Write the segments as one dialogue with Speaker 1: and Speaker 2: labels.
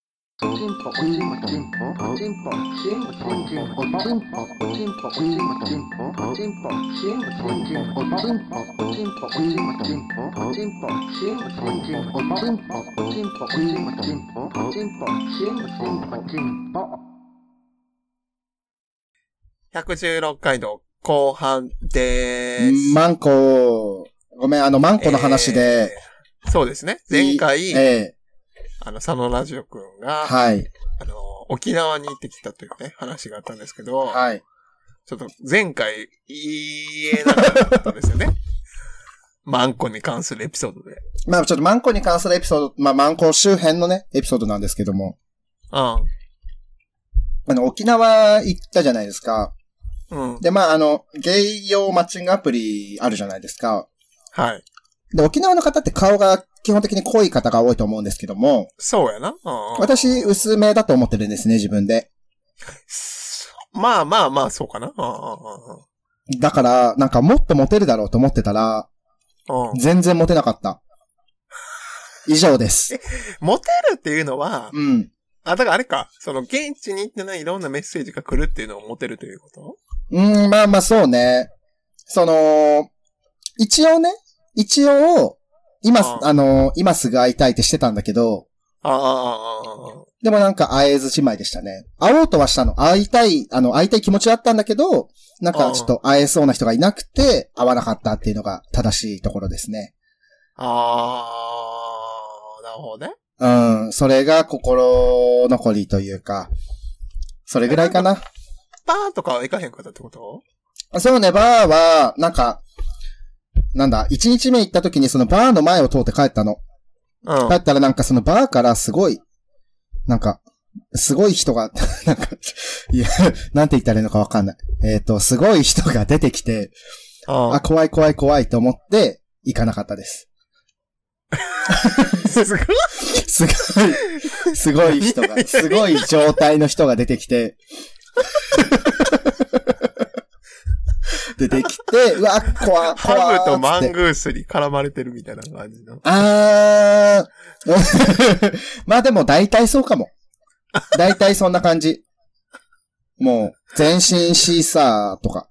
Speaker 1: チンポおチンポチンポおチンポチンポチンポおチンポおチンポおチンポチンポおチンポチンポチンポおチンポおチンポおチンポチンポおチンポチンポチンポおチンポおチンポチンポチンポおチンポチンポチンポチンポ
Speaker 2: 116回の後半でーす。
Speaker 3: マンコ、ごめん、あの、マンコの話で、
Speaker 2: そうですね。前回、
Speaker 3: ええ
Speaker 2: あの、佐野ラジオくんが、
Speaker 3: はい、
Speaker 2: あの、沖縄に行ってきたというね、話があったんですけど、
Speaker 3: はい。
Speaker 2: ちょっと前回言えなかったんですよ ね。マンコに関するエピソードで。
Speaker 3: まあ、ちょっとマンコに関するエピソード、まあ、マンコ周辺のね、エピソードなんですけども、あの、沖縄行ったじゃないですか。
Speaker 2: うん。うん。
Speaker 3: で、まあ、あの、ゲイ用マッチングアプリあるじゃないですか。
Speaker 2: はい。
Speaker 3: で、沖縄の方って顔が基本的に濃い方が多いと思うんですけども、
Speaker 2: そうやな。うんうん、
Speaker 3: 私、薄めだと思ってるんですね、自分で。
Speaker 2: まあまあまあ、そうかな。うんう
Speaker 3: だから、なんかもっとモテるだろうと思ってたら、
Speaker 2: んうんうん
Speaker 3: 全然モテなかった。以上です。
Speaker 2: モテるっていうのは、
Speaker 3: うん。
Speaker 2: あ、だからあれか、その現地に行ってないいろんなメッセージが来るっていうのをモテるということ
Speaker 3: うん、まあまあそうね。その、一応ね、一応、今す、
Speaker 2: うん
Speaker 3: あの、今すぐ会いたいってしてたんだけど、
Speaker 2: ああああ、ああ
Speaker 3: でもなんか会えずじまいでしたね。会おうとはしたの。会いたい、あの、会いたい気持ちはあったんだけど、なんかちょっと会えそうな人がいなくて、会わなかったっていうのが正しいところですね。
Speaker 2: ああ、なるほどね。
Speaker 3: うん、それが心残りというか、それぐらいかな。
Speaker 2: バーとかは行かへんかったってこと
Speaker 3: そうね、バーは、なんか、なんだ、一日目行った時にそのバーの前を通って帰ったの。
Speaker 2: うん。
Speaker 3: 帰ったらなんかそのバーからすごい、なんか、すごい人が、 なんか、いや、なんて言ったらいいのかわかんない。えっ、と、すごい人が出てきて、
Speaker 2: あ
Speaker 3: あ、怖い怖い怖いと思って、行かなかったです。
Speaker 2: すごい。
Speaker 3: すご い、すごい人が、すごい状態の人が出て きて、出てきて、うわ、怖、怖、
Speaker 2: ハムとマ
Speaker 3: つって
Speaker 2: ングースに絡まれてるみたいな感じの。
Speaker 3: あー。 まあでも大体そうかも。大体そんな感じ。もう、全身シーサーとか。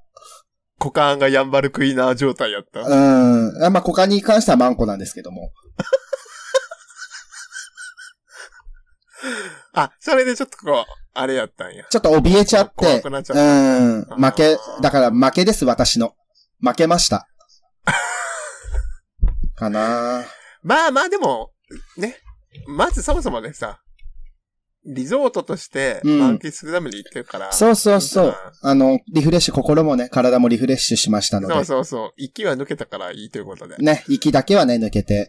Speaker 2: 股間がヤンバルクイナー状態やった。
Speaker 3: うん。あまあ、股間に関してはマンコなんですけども。
Speaker 2: あ、それでちょっとこう、あれやったんや。
Speaker 3: ちょっと怯えちゃっ
Speaker 2: 怖
Speaker 3: て。
Speaker 2: くなっちゃっ
Speaker 3: うん。負け
Speaker 2: あ、ー
Speaker 3: だから負けです、私の。負けました。かなー
Speaker 2: まあまあでも、ね。まずそもそもねさ、リゾートとして
Speaker 3: うん
Speaker 2: 満喫するために行ってるから。
Speaker 3: そうそうそう。あの、リフレッシュ、心もね、体もリフレッシュしましたので。
Speaker 2: そうそうそう。息は抜けたからいいということで。
Speaker 3: ね、息だけはね、抜け て。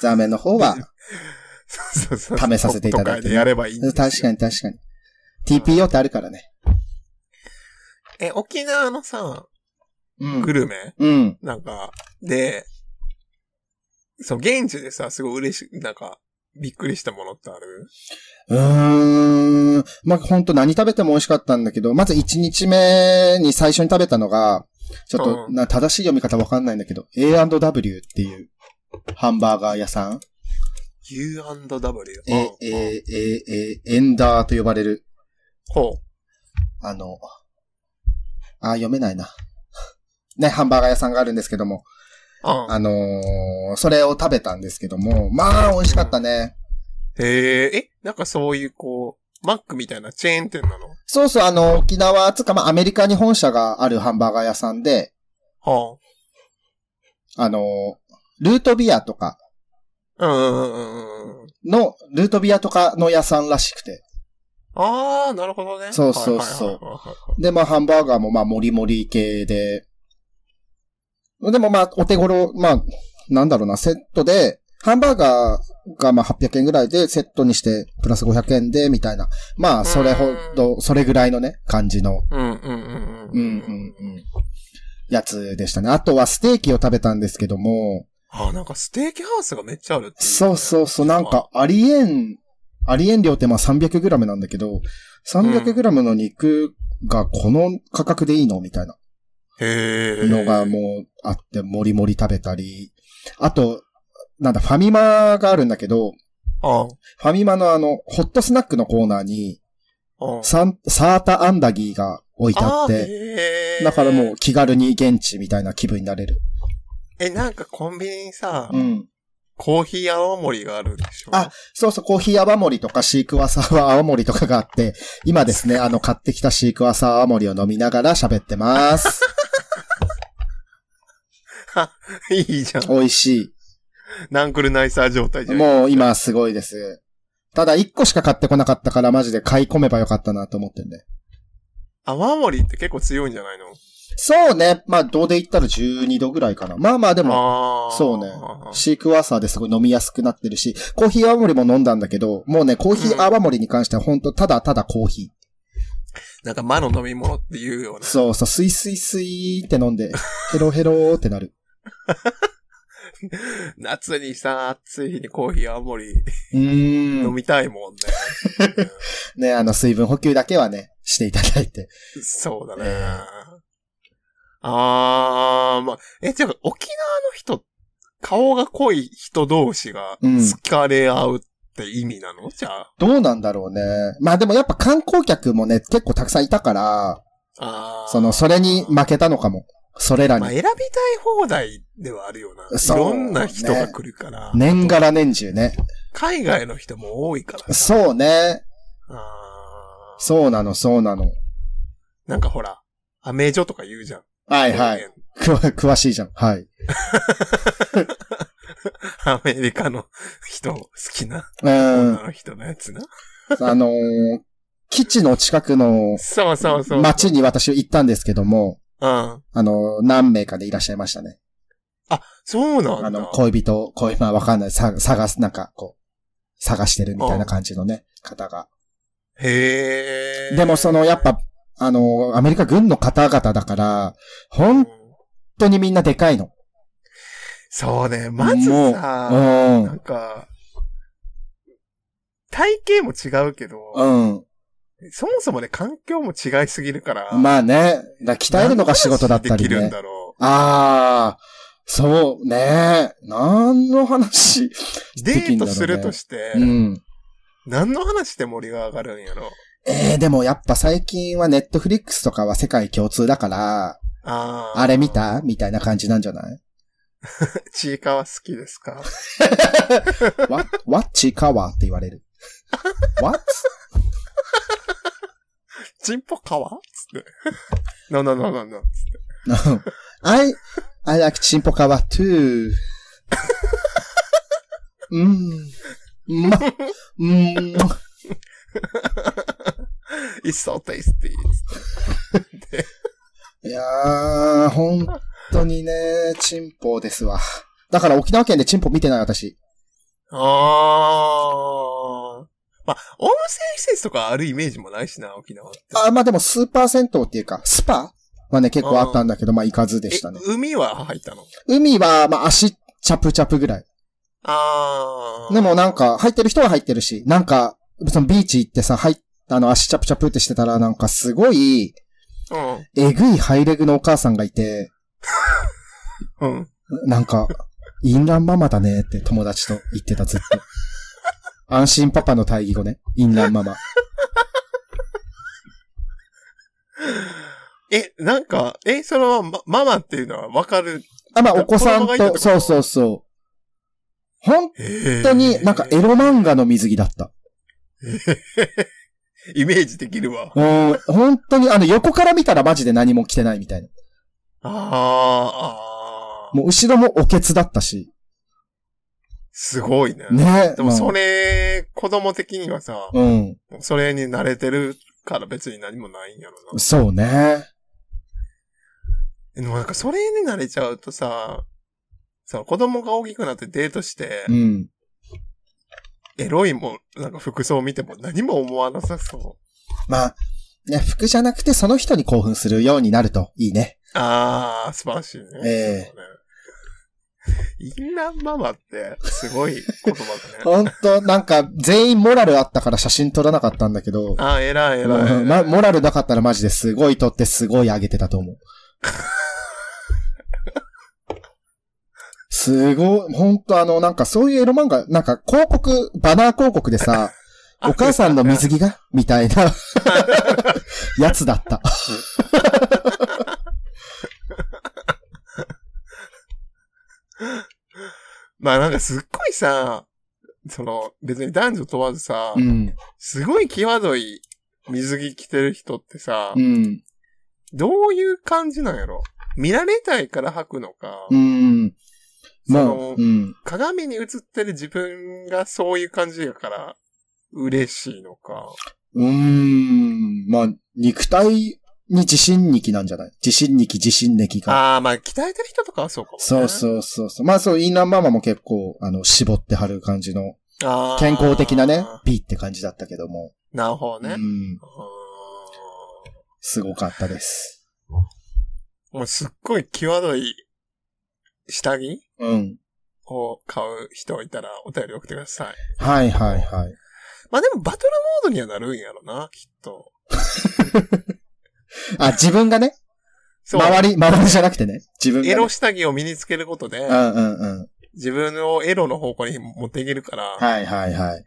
Speaker 3: ザーメンの方は、
Speaker 2: そうそうそう。
Speaker 3: 試させていただいて
Speaker 2: 都会でやればいいんですよ
Speaker 3: 確かに確かに。TPO ってあるからね。
Speaker 2: え、沖縄のさ、
Speaker 3: う
Speaker 2: グ
Speaker 3: ん。
Speaker 2: ルメ、
Speaker 3: うん。
Speaker 2: なんか、で、そう、現地でさ、すごい嬉しい、なんか、びっくりしたものってある
Speaker 3: うーん。まあ、ほんと何食べても美味しかったんだけど、まず1日目に最初に食べたのが、ちょっと、
Speaker 2: うん
Speaker 3: な正しい読み方わかんないんだけど、A&W っていうハンバーガー屋さん。
Speaker 2: ?U&W。
Speaker 3: え、え、え、え、エンダーと呼ばれる、
Speaker 2: ほ
Speaker 3: あの、あー、読めないな。ね、ハンバーガー屋さんがあるんですけども、
Speaker 2: う。うん。
Speaker 3: あのーそれを食べたんですけども、まあ、美味しかったね。
Speaker 2: へえ、え、なんかそういうこう、マックみたいなチェーン店なの
Speaker 3: そうそう、あの、沖縄、つうか、まあ、アメリカに本社があるハンバーガー屋さんで、
Speaker 2: は
Speaker 3: あの、ルートビアとか
Speaker 2: あ。うんうんうんうんうん。
Speaker 3: の、ルートビアとかの屋さんらしくて。
Speaker 2: ああ、なるほどね。
Speaker 3: そうそうそう
Speaker 2: はいはいはいはい
Speaker 3: で、まあ、ハンバーガーも、まあ、もりもり系で。でも、まあ、お手頃、まあ、なんだろうな、セットで、ハンバーガーが、まあ、800円ぐらいで、セットにして、プラス500円で、みたいな。まあ、それほど、それぐらいのね、感じの、
Speaker 2: はい。うんうんうんうん。
Speaker 3: うん、うん、うん。やつでしたね。あとは、ステーキを食べたんですけども、
Speaker 2: ああ、なんかステーキハウスがめっちゃあるってい
Speaker 3: そうそうそう、なんか、ありえん、ありえん量ってまあ 300g なんだけど、300g の肉がこの価格でいいのみたいな
Speaker 2: へえ。
Speaker 3: のがもうあって、もりもり食べたり、あと、なんだ、ファミマがあるんだけ
Speaker 2: う
Speaker 3: ど、
Speaker 2: ん。
Speaker 3: ファミマのあの、ホットスナックのコーナーに、
Speaker 2: うん。
Speaker 3: サンサータアンダギーが置いてあっ
Speaker 2: あ
Speaker 3: て、
Speaker 2: ー
Speaker 3: だからもう。気軽に現地みたいな気分になれる。
Speaker 2: へーえ、なんかコンビニにさ、
Speaker 3: うん。
Speaker 2: コーヒー青森があるでしょ
Speaker 3: あ、そうそう、コーヒー泡盛とかシークワーサーは泡盛とかがあって、今です ね、あの、買ってきたシークワーサー泡盛を飲みながら喋ってます。
Speaker 2: いいじゃん。
Speaker 3: 美味し
Speaker 2: ナンクルナイサー状態じ
Speaker 3: い。
Speaker 2: ゃん。う。
Speaker 3: もう今すごいです。ただ1個しか買ってこなかったからマジで買い込めばよかったなと思ってんで。
Speaker 2: 泡盛って結構強いんじゃないの
Speaker 3: そうね。まあ、どうで言ったら12度ぐらいかな。まあまあでも、
Speaker 2: ああ。
Speaker 3: そうね
Speaker 2: あー
Speaker 3: シークワーサーですごい飲みやすくなってるし、コーヒー泡盛も飲んだんだけど、もうね、コーヒー泡盛に関しては本当ただただコーヒー。
Speaker 2: なんか魔の飲み物っていうような。
Speaker 3: そうそう、スイスイスイって飲ん で、ヘロヘローってなる。
Speaker 2: 夏にさ、暑い日にコーヒー青森
Speaker 3: うー
Speaker 2: 飲
Speaker 3: ん。
Speaker 2: みたいもんね。
Speaker 3: ね、あの、水分補給だけはね、していただいて。
Speaker 2: そうだね。
Speaker 3: え
Speaker 2: あー、まあ、え、じゃあ沖縄の人、顔が濃い人同士が
Speaker 3: うん
Speaker 2: 好かれ合うって意味なの、じゃあ。
Speaker 3: どうなんだろうね。まあでもやっぱ観光客もね、結構たくさんいたから、
Speaker 2: あー
Speaker 3: その、それに負けたのかも。それら
Speaker 2: まあ、
Speaker 3: に。
Speaker 2: 選びたい放題ではあるよな。い
Speaker 3: そうね
Speaker 2: ろんな人が来るから。
Speaker 3: 年がら年中ね。
Speaker 2: 海外の人も多いからさ。
Speaker 3: そうね。
Speaker 2: あー
Speaker 3: そうなの、そうなの。
Speaker 2: なんかほら、アメージョとか言うじゃん。
Speaker 3: はい はい。
Speaker 2: 方言
Speaker 3: くわ詳しいじゃん。はい。
Speaker 2: アメリカの人、好きな、
Speaker 3: うん。
Speaker 2: 女の人のやつな。
Speaker 3: あのー基地の近くの
Speaker 2: そうそうそう。
Speaker 3: 町に私行ったんですけども、
Speaker 2: うん。
Speaker 3: あのー何名かでいらっしゃいましたね。
Speaker 2: そうなんだ。
Speaker 3: あの、恋人、恋、まあわかんない、さ探す、なんか、こう、探してるみたいな感じのね、方が。
Speaker 2: へえ。
Speaker 3: でもその、やっぱ、あの、アメリカ軍の方々だから、
Speaker 2: う
Speaker 3: 本
Speaker 2: ん、
Speaker 3: 当にみんなでかいの。
Speaker 2: そうね、まず
Speaker 3: もう
Speaker 2: さ、
Speaker 3: う
Speaker 2: なんか、体型も違うけど、
Speaker 3: ん。う
Speaker 2: そもそもね、環境も違いすぎるから。
Speaker 3: ん。まあね、だ鍛えるのが仕事だった
Speaker 2: 何の話で
Speaker 3: り
Speaker 2: きるん
Speaker 3: ね。
Speaker 2: だろ
Speaker 3: ああ、そうね。何の話
Speaker 2: う。デートするとして、
Speaker 3: うん。
Speaker 2: 何の話で盛りが上がるんやろ。
Speaker 3: ええでもやっぱ最近はネットフリックスとかは世界共通だから、
Speaker 2: あー
Speaker 3: あれ見たみたいな感じなんじゃない
Speaker 2: ちいかわ好きですか
Speaker 3: わ、わっちかわって言われる。 わっ
Speaker 2: ちんぽかわつって。no, no, no, no, no. つって
Speaker 3: I, I like チンポカワ too. うん。ま、うん。
Speaker 2: It's so tasty.
Speaker 3: いやー、本当にね、チンポですわ。だから沖縄県でチンポ見てない私。
Speaker 2: ああ。まあ、温泉施設とかあるイメージもないしな、沖縄って。
Speaker 3: あ、まあでもスーパー銭湯っていうか、スパはね、結構あったんだけど、まあ行かずでしたね
Speaker 2: え。海は入ったの
Speaker 3: 海は、まあ足、チャプチャプぐらい。
Speaker 2: ああ。
Speaker 3: でもなん、か、入ってる人は入ってるし、なんか、そのビーチ行ってさ、入っあの、足チャプチャプってしてたら、なんかすごい、
Speaker 2: う
Speaker 3: えぐいハイレグのお母さんがいて、
Speaker 2: ん。うん。
Speaker 3: なんか、インランママだねって友達と言ってたずっと。安心パパの対義語ね。インランママ。
Speaker 2: え、なんか、え、その、ま、ママっていうのはわかる。
Speaker 3: あ、まあ、お子さん
Speaker 2: 子供がいたってこと
Speaker 3: と、そうそうそう。本
Speaker 2: 本
Speaker 3: 当になんかエロ漫画の水着だった。
Speaker 2: イメージできるわ。
Speaker 3: うん、本当にあの横から見たらマジで何も着てないみたいな。
Speaker 2: ああ、ああ。
Speaker 3: もう後ろもおけつだったし。
Speaker 2: すごいね。
Speaker 3: ね
Speaker 2: でもそ
Speaker 3: れ。
Speaker 2: れ、子供的にはさ、
Speaker 3: うん。
Speaker 2: それに慣れてるから別に何もないんやろな。
Speaker 3: そうね。
Speaker 2: でもなんかそれに慣れちゃうとさ、その子供が大きくなってデートして
Speaker 3: う、ん。
Speaker 2: エロいも、なんか服装見ても何も思わなさそう。
Speaker 3: まあ、ね、服じゃなくてその人に興奮するようになるといいね。
Speaker 2: あー、素晴らしいね。
Speaker 3: ええ
Speaker 2: そうねインランママって、すごい言葉だね。
Speaker 3: ほんと、なんか、全員モラルあったから写真撮らなかったんだけど、
Speaker 2: あー、偉い偉い
Speaker 3: うんま、モラルなかったらマジですごい 撮ってすごい上げてたと思う。すごい、ほんとあの、なんかそういうエロ漫画、なんか広告、バナー広告 でさ、お母さんの水着がみたいな、やつだった。
Speaker 2: まあなんかすっごいさ、その、別に男女問わずさ、
Speaker 3: うん。
Speaker 2: すごい際どい水着着てる人ってさ、
Speaker 3: うん。
Speaker 2: どういう感じなんやろ見られたいから履くのか、
Speaker 3: うん。も、
Speaker 2: そうの
Speaker 3: うん。
Speaker 2: 鏡に映ってる自分がそういう感じやから、嬉しいのか。
Speaker 3: うーん。まあ、肉体に自信にきなんじゃない自信にき、自信ねきが。
Speaker 2: ああ、まあ、鍛えてる人とかはそうかもね。
Speaker 3: そうそうそうそう。まあそう、インナーママも結構、あの、絞ってはる感じの、
Speaker 2: あー
Speaker 3: 健康的なね、美って感じだったけども。
Speaker 2: なるほどね。う
Speaker 3: う。
Speaker 2: ん
Speaker 3: すごかったです。
Speaker 2: ーんもうすっごい際どい下着
Speaker 3: うん。
Speaker 2: を買う人いたらお便り送ってください。
Speaker 3: はいはいはい。
Speaker 2: まあでもバトルモードにはなるんやろな、きっと。
Speaker 3: あ、自分がね、
Speaker 2: そう。
Speaker 3: 周り、周りじゃなくてね、自分が、ね。
Speaker 2: エロ下着を身につけることで
Speaker 3: う、んうんうん。
Speaker 2: 自分をエロの方向に持っていけるから、
Speaker 3: はいはいはい。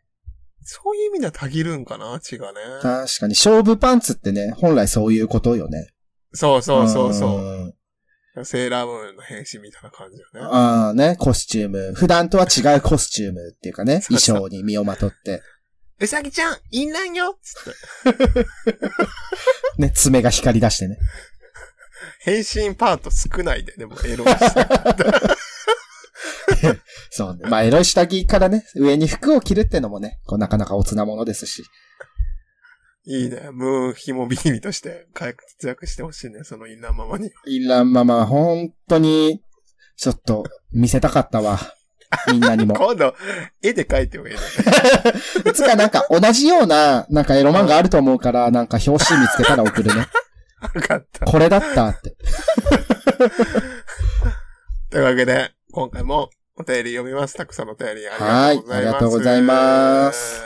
Speaker 2: そういう意味ではたぎるんかな、血がね。
Speaker 3: 確かに、勝負パンツってね、本来そういうことよね。。
Speaker 2: そうそうそうそうう。セーラームーンの変身みたいな感じだね。
Speaker 3: ああね、コスチューム。普段とは違うコスチュームっていうかね、
Speaker 2: そう
Speaker 3: 衣
Speaker 2: そう
Speaker 3: 装に身をまとって、
Speaker 2: うさぎちゃん、インランよつって。
Speaker 3: ね、爪が光り出してね。
Speaker 2: 変身パート少ないで、でもエロい し。
Speaker 3: そうね。まあ、エロい下着からね、上に服を着るってのもね、こうなかなかおつなものですし。
Speaker 2: いいね。ムーンひもビーミとして活躍してほしいね、そのインナーママに。
Speaker 3: イランママ、本当に、ちょっと、見せたかったわ。みん なにも。
Speaker 2: 今度、絵で描いてもいいね。
Speaker 3: いつかなんか同じような、なんかエロ漫画あると思うから、なんか表紙見つけたら送るね。
Speaker 2: 分かった。
Speaker 3: これだったって。
Speaker 2: というわけで、今回もお便り読みます。たくさんのお便りありがとうございます。
Speaker 3: はいありがとうございます。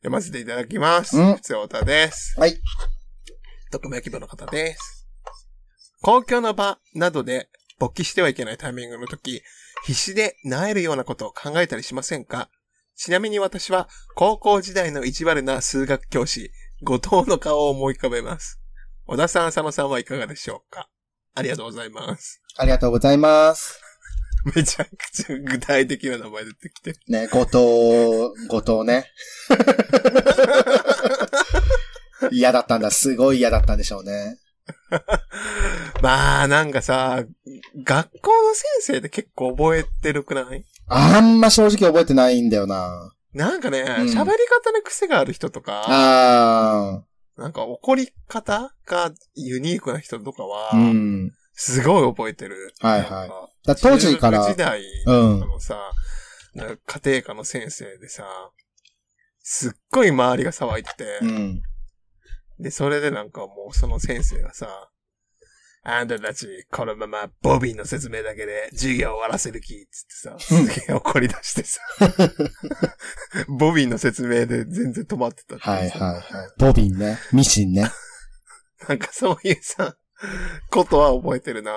Speaker 2: 読ませていただきます。
Speaker 3: うん
Speaker 2: 普通おたです。
Speaker 3: はい。
Speaker 2: 匿名希望の方です。公共の場などで勃起してはいけないタイミングの時、必死で萎えるようなことを考えたりしませんかちなみに私は高校時代の意地悪な数学教師、後藤の顔を思い浮かべます。小田さん、佐野さんはいかがでしょうかありがとうございます。
Speaker 3: ありがとうございます。
Speaker 2: めちゃくちゃ具体的な名前出てきて。
Speaker 3: ね、後藤、後藤ね。 嫌だったんだ。すごい嫌だったんでしょうね。
Speaker 2: まあ、なんかさ、学校の先生って結構覚えてるくない
Speaker 3: あんま正直覚えてないんだよな。
Speaker 2: なんかね、
Speaker 3: ん
Speaker 2: 喋、り方の癖がある人とか、
Speaker 3: あ
Speaker 2: なんか怒り方がユニークな人とかは
Speaker 3: あ、、うん。
Speaker 2: すごい覚えてる。
Speaker 3: はいは
Speaker 2: なん
Speaker 3: い
Speaker 2: か
Speaker 3: だ当時か
Speaker 2: 中学
Speaker 3: ら
Speaker 2: 時、代
Speaker 3: うん。
Speaker 2: のさ、なんか家庭科の先生でさ、すっごい周りが騒いでて、
Speaker 3: うん。
Speaker 2: で、それでなんかもうその先生がさ、あんたたち、このままボビーの説明だけで授業終わらせる気、つってさ、すげえ怒り出してさ、 ボビーの説明で全然止まってたってさ
Speaker 3: はいはいはい。ボビンね。ミシンね。
Speaker 2: なんかそういうさ、ことは覚えてるな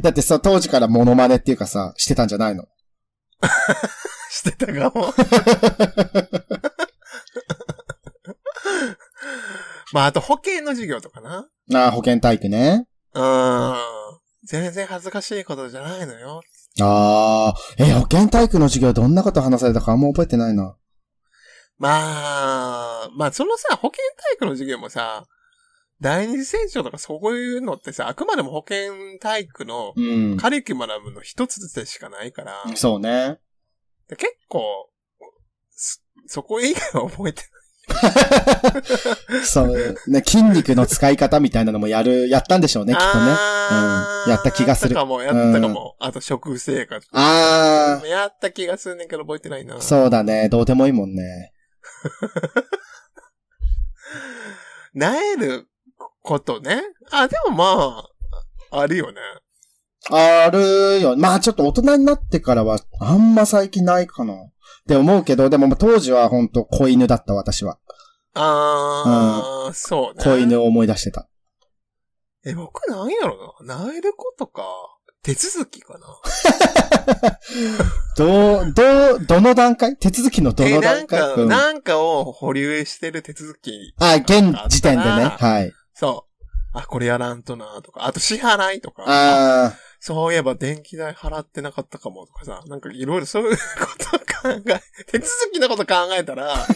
Speaker 3: だってさ、当時からモノマネっていうかさ、してたんじゃないの
Speaker 2: してたか も。まあ、あと保険の授業とかな。
Speaker 3: ああ、保健体育ね。
Speaker 2: うん。全然恥ずかしいことじゃないのよ。
Speaker 3: ああ、え、保健体育の授業どんなこと話されたかあんま覚えてないな。
Speaker 2: まあ、まあ、そのさ、保健体育の授業もさ、第二次選書とかそういうのってさ、あくまでも保健体育の
Speaker 3: うん。
Speaker 2: カリキュマラムの一つでしかないから、
Speaker 3: そうね。
Speaker 2: で結構、そ、そこ以外は覚えて
Speaker 3: そう、ね、筋肉の使い方みたいなのもやる、 やったんでしょうね、きっとね。
Speaker 2: あー
Speaker 3: うんやった気がする
Speaker 2: やったかも、やったかも。あと食生活。
Speaker 3: あ
Speaker 2: やった気がするねんけど覚えてないな。
Speaker 3: あ、そうだね。どうでもいいもんね。
Speaker 2: なえることね。あ、でもまあ、あるよね。
Speaker 3: あるよ。まあちょっと大人になってからは、あんま最近ないかな。って思うけど、でも当時は本当子犬だった、私は。
Speaker 2: あー、そうね。
Speaker 3: 子犬を思い出してた。
Speaker 2: え、僕なんやろな。萎えることか。手続きかな
Speaker 3: どう、どう、どの段階手続きのど
Speaker 2: え、な
Speaker 3: の段
Speaker 2: ん
Speaker 3: 階、
Speaker 2: か、
Speaker 3: うんあ、
Speaker 2: なんかを保留してる手続き。
Speaker 3: 現時点でね。
Speaker 2: あった
Speaker 3: はい。
Speaker 2: そう。あ、これやらんとなとか、あと支払いとか。
Speaker 3: ああ、
Speaker 2: そういえば電気代払ってなかったかもとかさ、なんかいろいろそういうことを考え、手続きのこと考えた ら、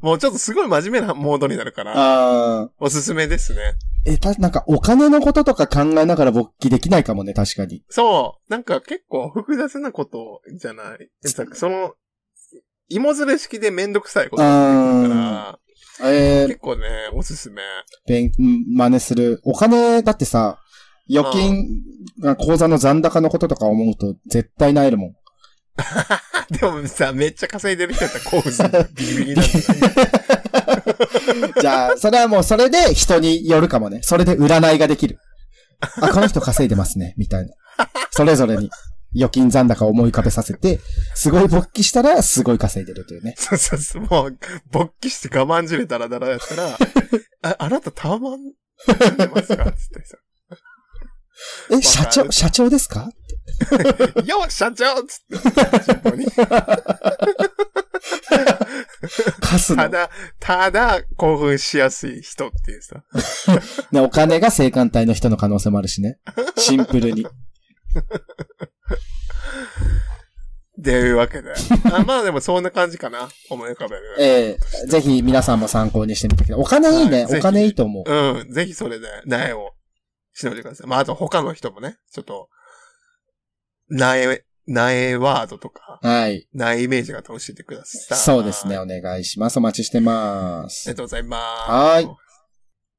Speaker 2: もうちょっとすごい真面目なモードになるから、
Speaker 3: ああ。
Speaker 2: おすすめですね。
Speaker 3: え、た、なんかお金のこととか考えながら勃起できないかもね、確かに。
Speaker 2: そう、なんか結構複雑なことじゃない。その、芋づれ式でめんどくさいことだから、
Speaker 3: えー
Speaker 2: 結構ね、おすすめ。
Speaker 3: 勉、ん真似する。お金、だってさ、預金、口座の残高のこととか思うと絶対なえるもん。
Speaker 2: でもさ、めっちゃ稼いでる人だったら興奮する。ビリビリなんじゃない
Speaker 3: じゃあ、それはもうそれで人によるかもね。それで占いができる。あ、この人稼いでますね、みたいな。それぞれに預金残高を思い浮かべさせて、すごい勃起したらすごい稼いでるというね。
Speaker 2: そうそうそう、もう、勃起して我慢じれたらだらやった ら、あ、あなたたまん、でますかつってさ。
Speaker 3: え、社長、社長ですか
Speaker 2: よっ、社長つって、チンポに
Speaker 3: カスの
Speaker 2: た、 だ、ただ、興奮しやすい人っていうさ。
Speaker 3: ね、お金が生還体の人の可能性もあるしね。シンプルに。
Speaker 2: っていうわけで。あまあでもそんな感じかな。思い浮かべる。
Speaker 3: ええぜひ皆さんも参考にしてみてください。お金いいね。
Speaker 2: はい
Speaker 3: お金いいと思う。
Speaker 2: うん、ぜひそれで、苗を、しのいでください。まああと他の人もね、ちょっと、苗、苗ワードとか、
Speaker 3: はい。
Speaker 2: 苗イメージが教えてください。
Speaker 3: そうですね。お願いします。お待ちしてま
Speaker 2: あり
Speaker 3: す
Speaker 2: が。とうございます。
Speaker 3: はーい。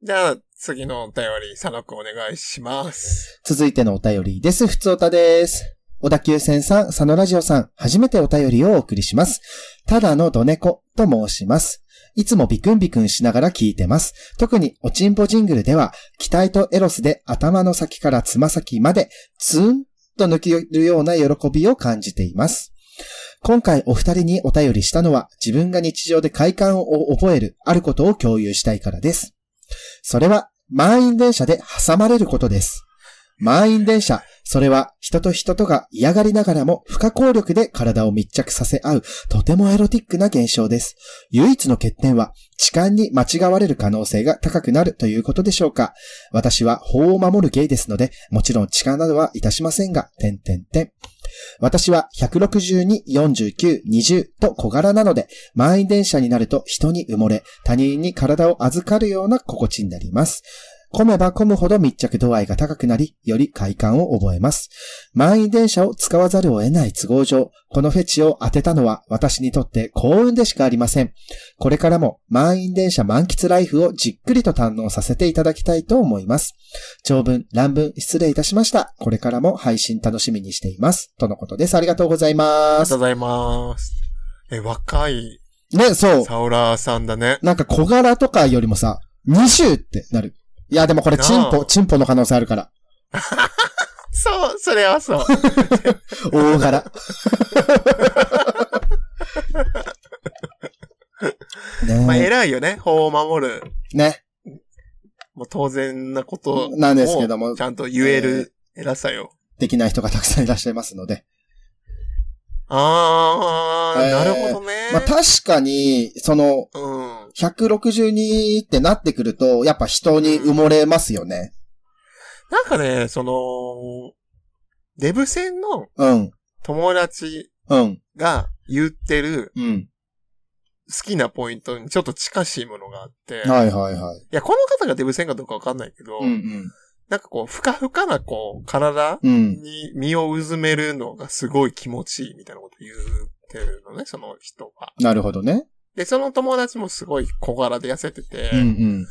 Speaker 2: じゃあ、次のお便り、佐野くんお願いします。
Speaker 3: 続いてのお便りです。ふつおたです。小田急線さん、佐野ラジオさん、初めてお便りをお送りします。ただのドネコと申します。いつもビクンビクンしながら聞いてます。特におちんぽジングルでは、期待とエロスで頭の先からつま先まで、ツーンと抜けるような喜びを感じています。今回お二人にお便りしたのは、自分が日常で快感を覚える、あることを共有したいからです。それは、満員電車で挟まれることです。満員電車、それは人と人とが嫌がりながらも不可抗力で体を密着させ合う、とてもエロティックな現象です。唯一の欠点は、痴漢に間違われる可能性が高くなるということでしょうか。私は法を守るゲイですので、もちろん痴漢などはいたしませんが、点点点。私は162、49、20と小柄なので、満員電車になると人に埋もれ、他人に体を預かるような心地になります。混めば混むほど密着度合いが高くなり、より快感を覚えます。満員電車を使わざるを得ない都合上、このフェチを当てたのは私にとって幸運でしかありません。これからも満員電車満喫ライフをじっくりと堪能させていただきたいと思います。長文、乱文、失礼いたしました。これからも配信楽しみにしています。とのことです。ありがとうござい
Speaker 2: あ
Speaker 3: ま
Speaker 2: りがと
Speaker 3: す
Speaker 2: う。ございます。え、若い、
Speaker 3: ね、そう。
Speaker 2: サウラーさんだね。
Speaker 3: なんか小柄とかよりもさ、20ってなる。いや、でもこれチン
Speaker 2: な
Speaker 3: ポ、
Speaker 2: あ
Speaker 3: チンポの可能性あるから。
Speaker 2: そう、それは そう。
Speaker 3: 大柄。
Speaker 2: まあ、
Speaker 3: ね
Speaker 2: 偉いよね。法を守る。
Speaker 3: え。ね。
Speaker 2: もう当然なことを
Speaker 3: なんですけども
Speaker 2: ちゃんと言える偉さよ。
Speaker 3: できない人がたくさんいらっしゃいますので。
Speaker 2: あー、
Speaker 3: えー
Speaker 2: なるほどね。
Speaker 3: まあ確かに、その、
Speaker 2: うん。
Speaker 3: 162ってなってくると、やっぱ人に埋もれますよね。
Speaker 2: なんかね、その、デブ戦の
Speaker 3: うん。
Speaker 2: 友達
Speaker 3: うん。
Speaker 2: が言ってる
Speaker 3: うん。
Speaker 2: 好きなポイントにちょっと近しいものがあって、
Speaker 3: はいはいはい。
Speaker 2: いや、この方がデブ戦かどうかわかんないけど、
Speaker 3: うん
Speaker 2: なんかこう、ふかふかなこう、体
Speaker 3: うん。うん。
Speaker 2: に身をうずめるのがすごい気持ちいいみたいなこと言ってるのね、その人は。
Speaker 3: なるほどね。
Speaker 2: で、その友達もすごい小柄で痩せてて、
Speaker 3: うんうん。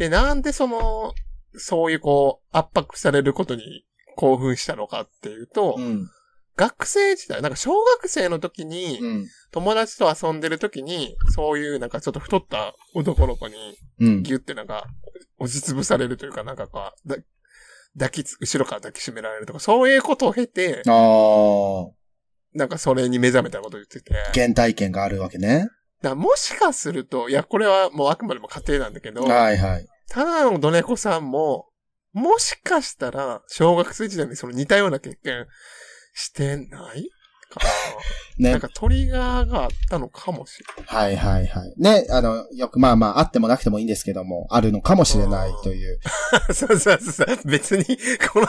Speaker 2: で、なんでその、そういうこう、圧迫されることに興奮したのかっていうと、
Speaker 3: うん。
Speaker 2: 学生時代、なんか小学生の時に、
Speaker 3: うん。
Speaker 2: 友達と遊んでる時に、そういうなんかちょっと太った男の子に、
Speaker 3: うん。
Speaker 2: ギュってなんか、押しつぶされるというか、なんかこう、だ抱きつ、後ろから抱きしめられるとか、そういうことを経て、
Speaker 3: ああ。
Speaker 2: なんかそれに目覚めたこと言ってて、だか
Speaker 3: 原体験があるわけね。
Speaker 2: らもしかすると、いや、これはもうあくまでも仮定なんだけど、
Speaker 3: はいはい。
Speaker 2: ただのドネコさんも、もしかしたら、小学生時代にその似たような経験してないか な。な
Speaker 3: ね
Speaker 2: ん。かトリガーがあったのかもしれ
Speaker 3: はいはいはい。ね、あの、よくまあまあ、あってもなくてもいいんですけども、あるのかもしれないという。
Speaker 2: ない。そうそうそうそう。別に、この、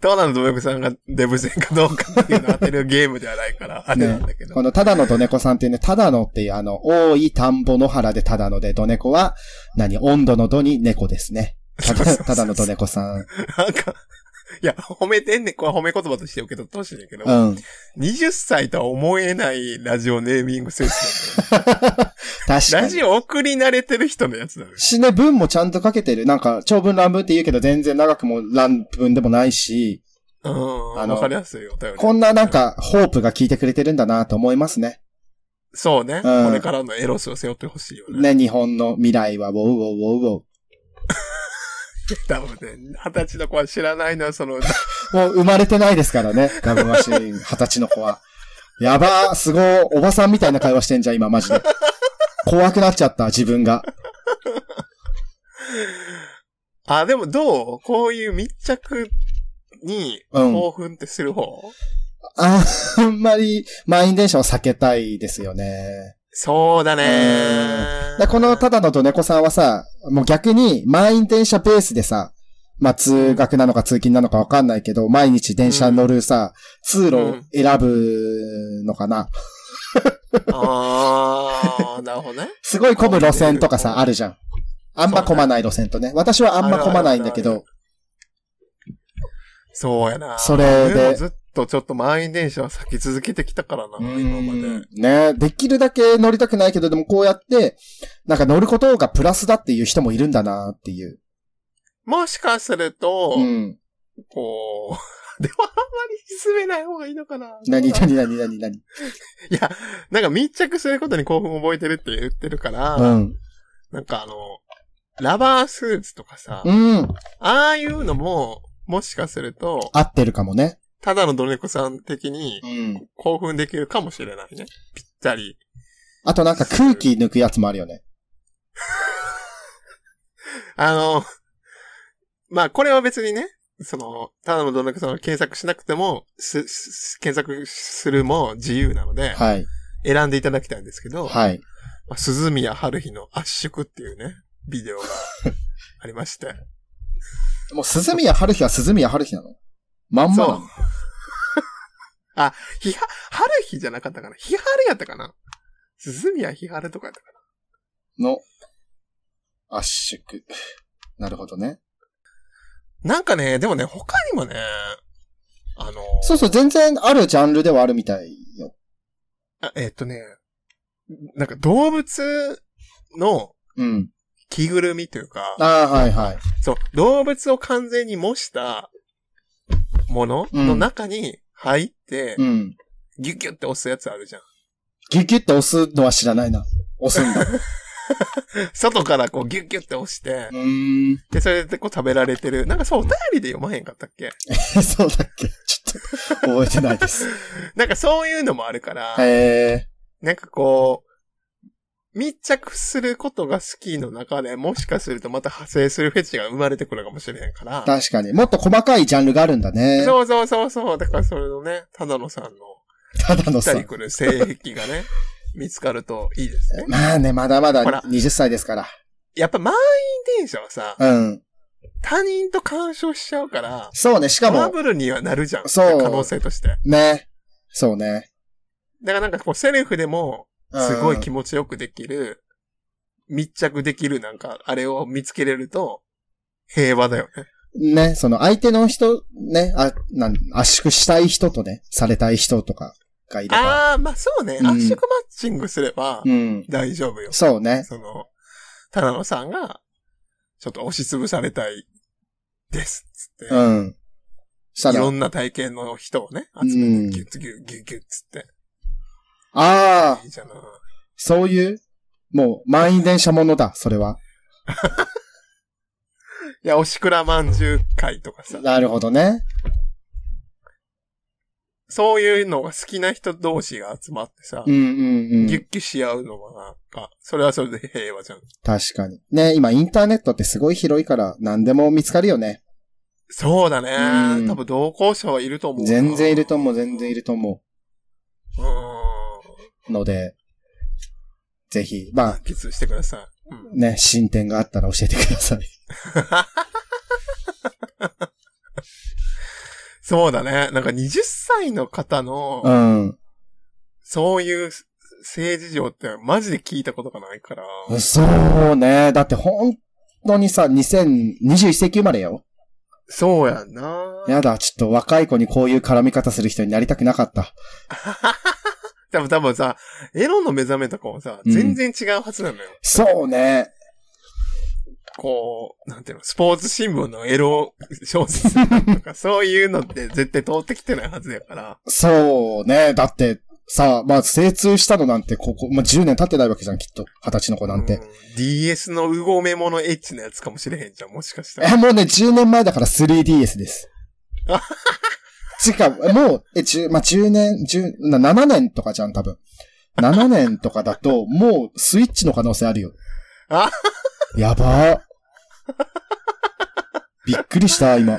Speaker 2: トーナのドヨクさんがデブ戦かどうかっていうのを当てるゲームではない から、あれなんだけど。
Speaker 3: この、ただのどねこさんっていうね、ただのっていう、あの、大い田んぼ野原でただので、どねこは、何、温度のどに猫ですね。ただ、ただのどねこさん。
Speaker 2: なんか、いや、褒めてんねん。これは褒め言葉として受け取ってほしいんだけど、
Speaker 3: うん。
Speaker 2: 20歳とは思えないラジオネーミングセンスなんだよね
Speaker 3: 確か
Speaker 2: ラ
Speaker 3: に。
Speaker 2: ジオ送り慣れてる人のやつだね。
Speaker 3: しね、文もちゃんと書けてる。なんか、長文乱文って言うけど、全然長くも乱文でもないし、
Speaker 2: うん。
Speaker 3: あの
Speaker 2: わかりやすいよ、お便り
Speaker 3: こんななんか、ホープが効いてくれてるんだなと思いますね。
Speaker 2: そうね。
Speaker 3: うん
Speaker 2: これからのエロスを背負ってほしいよね。
Speaker 3: ね、日本の未来は、ウォウウォウウォウウォウ。
Speaker 2: 多分ね、二十歳の子は知らないのはその、
Speaker 3: もう生まれてないですからね、ラブマシーン、二十歳の子は。やばー、すごい、おばさんみたいな会話してんじゃん、今、マジで。怖くなっちゃった、自分が。
Speaker 2: あ、でもどうこういう密着に
Speaker 3: うん
Speaker 2: 興奮ってする方、
Speaker 3: ああんまり、満員電車を避けたいですよね。
Speaker 2: そうだね
Speaker 3: だこの、ただのドネコさんはさ、もう逆に、満員電車ベースでさ、まあ、通学なのか通勤なのかわかんないけど、毎日電車乗るさ、通路を選ぶのかな。
Speaker 2: あ ー、なるほどね。
Speaker 3: すごい混む路線とかさ、あるじゃん。あんま混まない路線とね。私はあんま混まないんだけ
Speaker 2: あるあ
Speaker 3: ど
Speaker 2: る、そうやな。
Speaker 3: それで
Speaker 2: 俺もずっとちょっと満員電車は避け続けてきたからな、今まで。
Speaker 3: ねできるだけ乗りたくないけど、でもこうやって、なんか乗ることがプラスだっていう人もいるんだなっていう。
Speaker 2: もしかすると、
Speaker 3: うん。
Speaker 2: こう、で もあんまり進めない方がいいのかな。
Speaker 3: 何何何何何
Speaker 2: いや、なんか密着することに興奮を覚えてるって言ってるから、
Speaker 3: うん。
Speaker 2: なんかあの、ラバースーツとかさ、
Speaker 3: うん。
Speaker 2: ああいうのも、もしかすると、
Speaker 3: 合ってるかもね。
Speaker 2: ただのドネコさん的に
Speaker 3: うん。
Speaker 2: 興奮できるかもしれないね。ぴったり。
Speaker 3: あとなんか空気抜くやつもあるよね。
Speaker 2: あの、 まあこれは別にね、その、ただのドネコさんを検索しなくても、す、す検索するも自由なので、
Speaker 3: はい。
Speaker 2: 選んでいただきたいんですけど、
Speaker 3: はい。
Speaker 2: まあ、鈴宮春日の圧縮っていうね、ビ デオがありまして。
Speaker 3: もう鈴宮春日は鈴宮春日なのまんまなの
Speaker 2: そう ひは、春日じゃなかったかな日春やったかな鈴宮日春とかやったか
Speaker 3: の圧縮。なるほどね。
Speaker 2: ななんかね、でもね、他にもね、あの、
Speaker 3: そうそう、全然あるジャンルではあるみたいよ。
Speaker 2: あえっとね、なんか動物の
Speaker 3: うん。
Speaker 2: 着ぐるみというか、
Speaker 3: ああ、はいはい。
Speaker 2: そう、動物を完全に模したもの
Speaker 3: うん
Speaker 2: の中に入って、
Speaker 3: うん。
Speaker 2: ギュッギュッって押すやつあるじゃん。
Speaker 3: ギュギュって押すのは知らないな。押すんだ。
Speaker 2: 外からこうギュッギュッって押して
Speaker 3: う、ーん。
Speaker 2: で、それでこう食べられてる。なんかそう、お便りで読まへんかったっけ
Speaker 3: そうだっけちょっと、覚えてないです。
Speaker 2: なんかそういうのもあるから、
Speaker 3: へえ。
Speaker 2: なんかこう、密着することが好きの中で、もしかするとまた派生するフェチが生まれてくるかもしれへんから。
Speaker 3: 確かに。もっと細かいジャンルがあるんだね。
Speaker 2: そうそうそうそう。だからそれのね、ただのさんの、
Speaker 3: ただ
Speaker 2: 二
Speaker 3: のさ
Speaker 2: 人。来る性癖が ね、見つかるといいですね。
Speaker 3: まあね、まだまだ
Speaker 2: ほら
Speaker 3: 20歳ですから。
Speaker 2: やっぱ満員電車はさ、
Speaker 3: うん。
Speaker 2: 他人と干渉しちゃうから、
Speaker 3: そうね、しか
Speaker 2: トラ
Speaker 3: も、
Speaker 2: ブルにはなるじゃん。
Speaker 3: そう
Speaker 2: 可能性として。
Speaker 3: ね。そうね。
Speaker 2: だからなんかこう、セルフでも、
Speaker 3: うん
Speaker 2: すごい気持ちよくできる、密着できるなんか、あれを見つけれると、平和だよね。
Speaker 3: ね、その相手の人、ね、あ、なん、圧縮したい人とね、されたい人とかがいれば。
Speaker 2: ああ、まあそうね。
Speaker 3: うん
Speaker 2: 圧縮マッチングすれば
Speaker 3: うん。
Speaker 2: 大丈夫よ。
Speaker 3: そうね。
Speaker 2: その、田野さんが、ちょっと押しつぶされたいです。つって、
Speaker 3: うん。した
Speaker 2: いろ
Speaker 3: ら、
Speaker 2: んな体験の人をね、集め
Speaker 3: うん
Speaker 2: て、ギュッとギュッギュッギュッつって。
Speaker 3: ああ
Speaker 2: い、いじゃない。
Speaker 3: そういう、もう、満員電車ものだ、それは。
Speaker 2: いや、おしくらまんじゅう会とかさ、
Speaker 3: なるほどね。
Speaker 2: そういうのが好きな人同士が集まってさ、
Speaker 3: うんうんう
Speaker 2: ギュ
Speaker 3: ん。
Speaker 2: ッギュし合うのがなんか、それはそれで平和じゃん。
Speaker 3: 確かに。ね、今インターネットってすごい広いから何でも見つかるよね。
Speaker 2: そうだね
Speaker 3: う。ん
Speaker 2: 多分同行者はいると思う。
Speaker 3: 全然いると思う、全然いると思
Speaker 2: う
Speaker 3: う。ので、ぜひ、まあ
Speaker 2: ん。、キスしてください。うん
Speaker 3: ね、進展があったら教えてくだ さい。
Speaker 2: そうだね。なんか20歳の方の
Speaker 3: う、ん。
Speaker 2: そういう性事情ってマジで聞いたことがないから。
Speaker 3: そうね。だって本当にさ、2021世紀生まれよ。
Speaker 2: そうやんな。
Speaker 3: やだ、ちょっと若い子にこういう絡み方する人になりたくなかった。
Speaker 2: 多分多分さ、エロの目覚めとかもさ、
Speaker 3: うん
Speaker 2: 全然違うはずなのよ。
Speaker 3: そうね。
Speaker 2: こう、なんていうの、スポーツ新聞のエロ小説と か、そういうのって絶対通ってきてないはずやから。
Speaker 3: そうね。だって、さ、まあ、精通したのなんて、ここ、まあ、10年経ってないわけじゃん、きっと。20歳の子なんて。
Speaker 2: うん DS のうごめものエッチなやつかもしれへんじゃん、もしか したら。
Speaker 3: え、もうね、10年前だから 3DS です。しかも、もう、え、10、まあ、10年、10、な7年とかじゃん、多分。7年とかだと、もう、スイッチの可能性あるよ。
Speaker 2: あ
Speaker 3: やばー。びっくりした、今。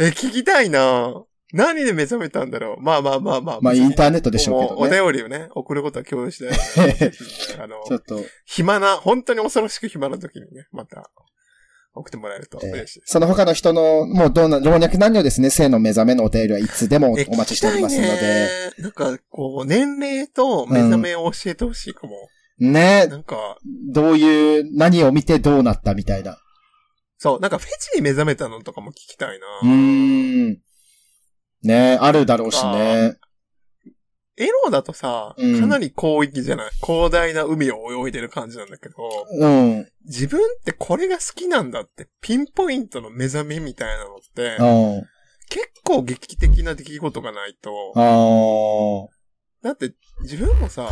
Speaker 2: え、聞きたいな何で目覚めたんだろうまあまあまあまあ。
Speaker 3: まあ、インターネットでしょ
Speaker 2: も
Speaker 3: う
Speaker 2: う
Speaker 3: けどね。
Speaker 2: お便りをね、送ることは共有し ないので、あの、
Speaker 3: ちょっと、
Speaker 2: 暇な、本当に恐ろしく暇な時にね、また、送ってもらえると
Speaker 3: えー
Speaker 2: 嬉しいです。
Speaker 3: その他の人の、もうどんな、老若男女ですね、性の目覚めのお便りはいつでも
Speaker 2: え
Speaker 3: お待ちしておりますの。
Speaker 2: 聞き
Speaker 3: で。
Speaker 2: たいねなんか、こう、年齢と目覚めを教えてほしいかも。
Speaker 3: ね
Speaker 2: なんか、
Speaker 3: どういう、何を見てどうなったみたいな。
Speaker 2: そう、なんかフェチに目覚めたのとかも聞きたいな。
Speaker 3: うーん。ねあるだろうしね。
Speaker 2: エロだとさ、
Speaker 3: うん
Speaker 2: かなり広域じゃない、広大な海を泳いでる感じなんだけど、
Speaker 3: うん。
Speaker 2: 自分ってこれが好きなんだって、ピンポイントの目覚めみたいなのって、
Speaker 3: うん。
Speaker 2: 結構劇的な出来事がないと、
Speaker 3: ああ。
Speaker 2: だって自分もさ、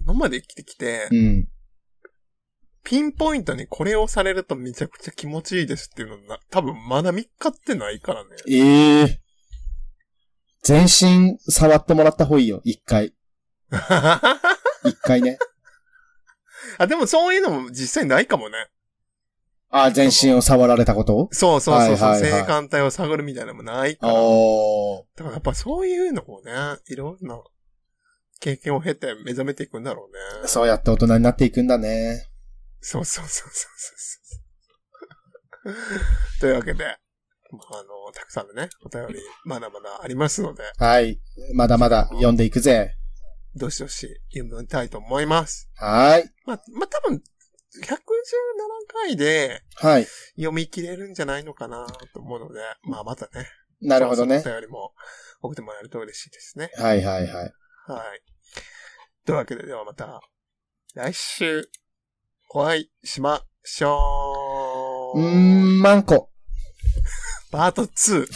Speaker 2: 今まで生きてきて、
Speaker 3: うん。
Speaker 2: ピンポイントにこれをされるとめちゃくちゃ気持ちいいですっていうのな、多分まだ3日ってないからね。
Speaker 3: ええ全身触ってもらった方がいいよ。一回。一回ね。
Speaker 2: あ、でもそういうのも実際ないかもね。
Speaker 3: ああ、全身を触られたこと
Speaker 2: そうそうそうそう、
Speaker 3: はいはいはい
Speaker 2: 性感帯を探るみたいなのもないか
Speaker 3: ああ
Speaker 2: ら。。だからやっぱそういうのをね、いろんな経験を経て目覚めていくんだろうね。
Speaker 3: そうやって大人になっていくんだね。
Speaker 2: そうそうそうそうそうそう。というわけで、まああの、たくさんのね、お便り、まだまだありますので、
Speaker 3: はい。まだまだ読んでいくぜ。
Speaker 2: どしどし読みたいと思います。
Speaker 3: はーい。
Speaker 2: まあ、まあ、多分、117回で
Speaker 3: はい。
Speaker 2: 読み切れるんじゃないのかなと思うので、まあまたね。
Speaker 3: なるほどね
Speaker 2: そ。ろそろお便りも送ってもらえると嬉しいですね。
Speaker 3: はいはいはい。
Speaker 2: はい。というわけで、ではまた、来週、お会いしましょ
Speaker 3: う
Speaker 2: う。
Speaker 3: ーん、マンコ。
Speaker 2: パート2。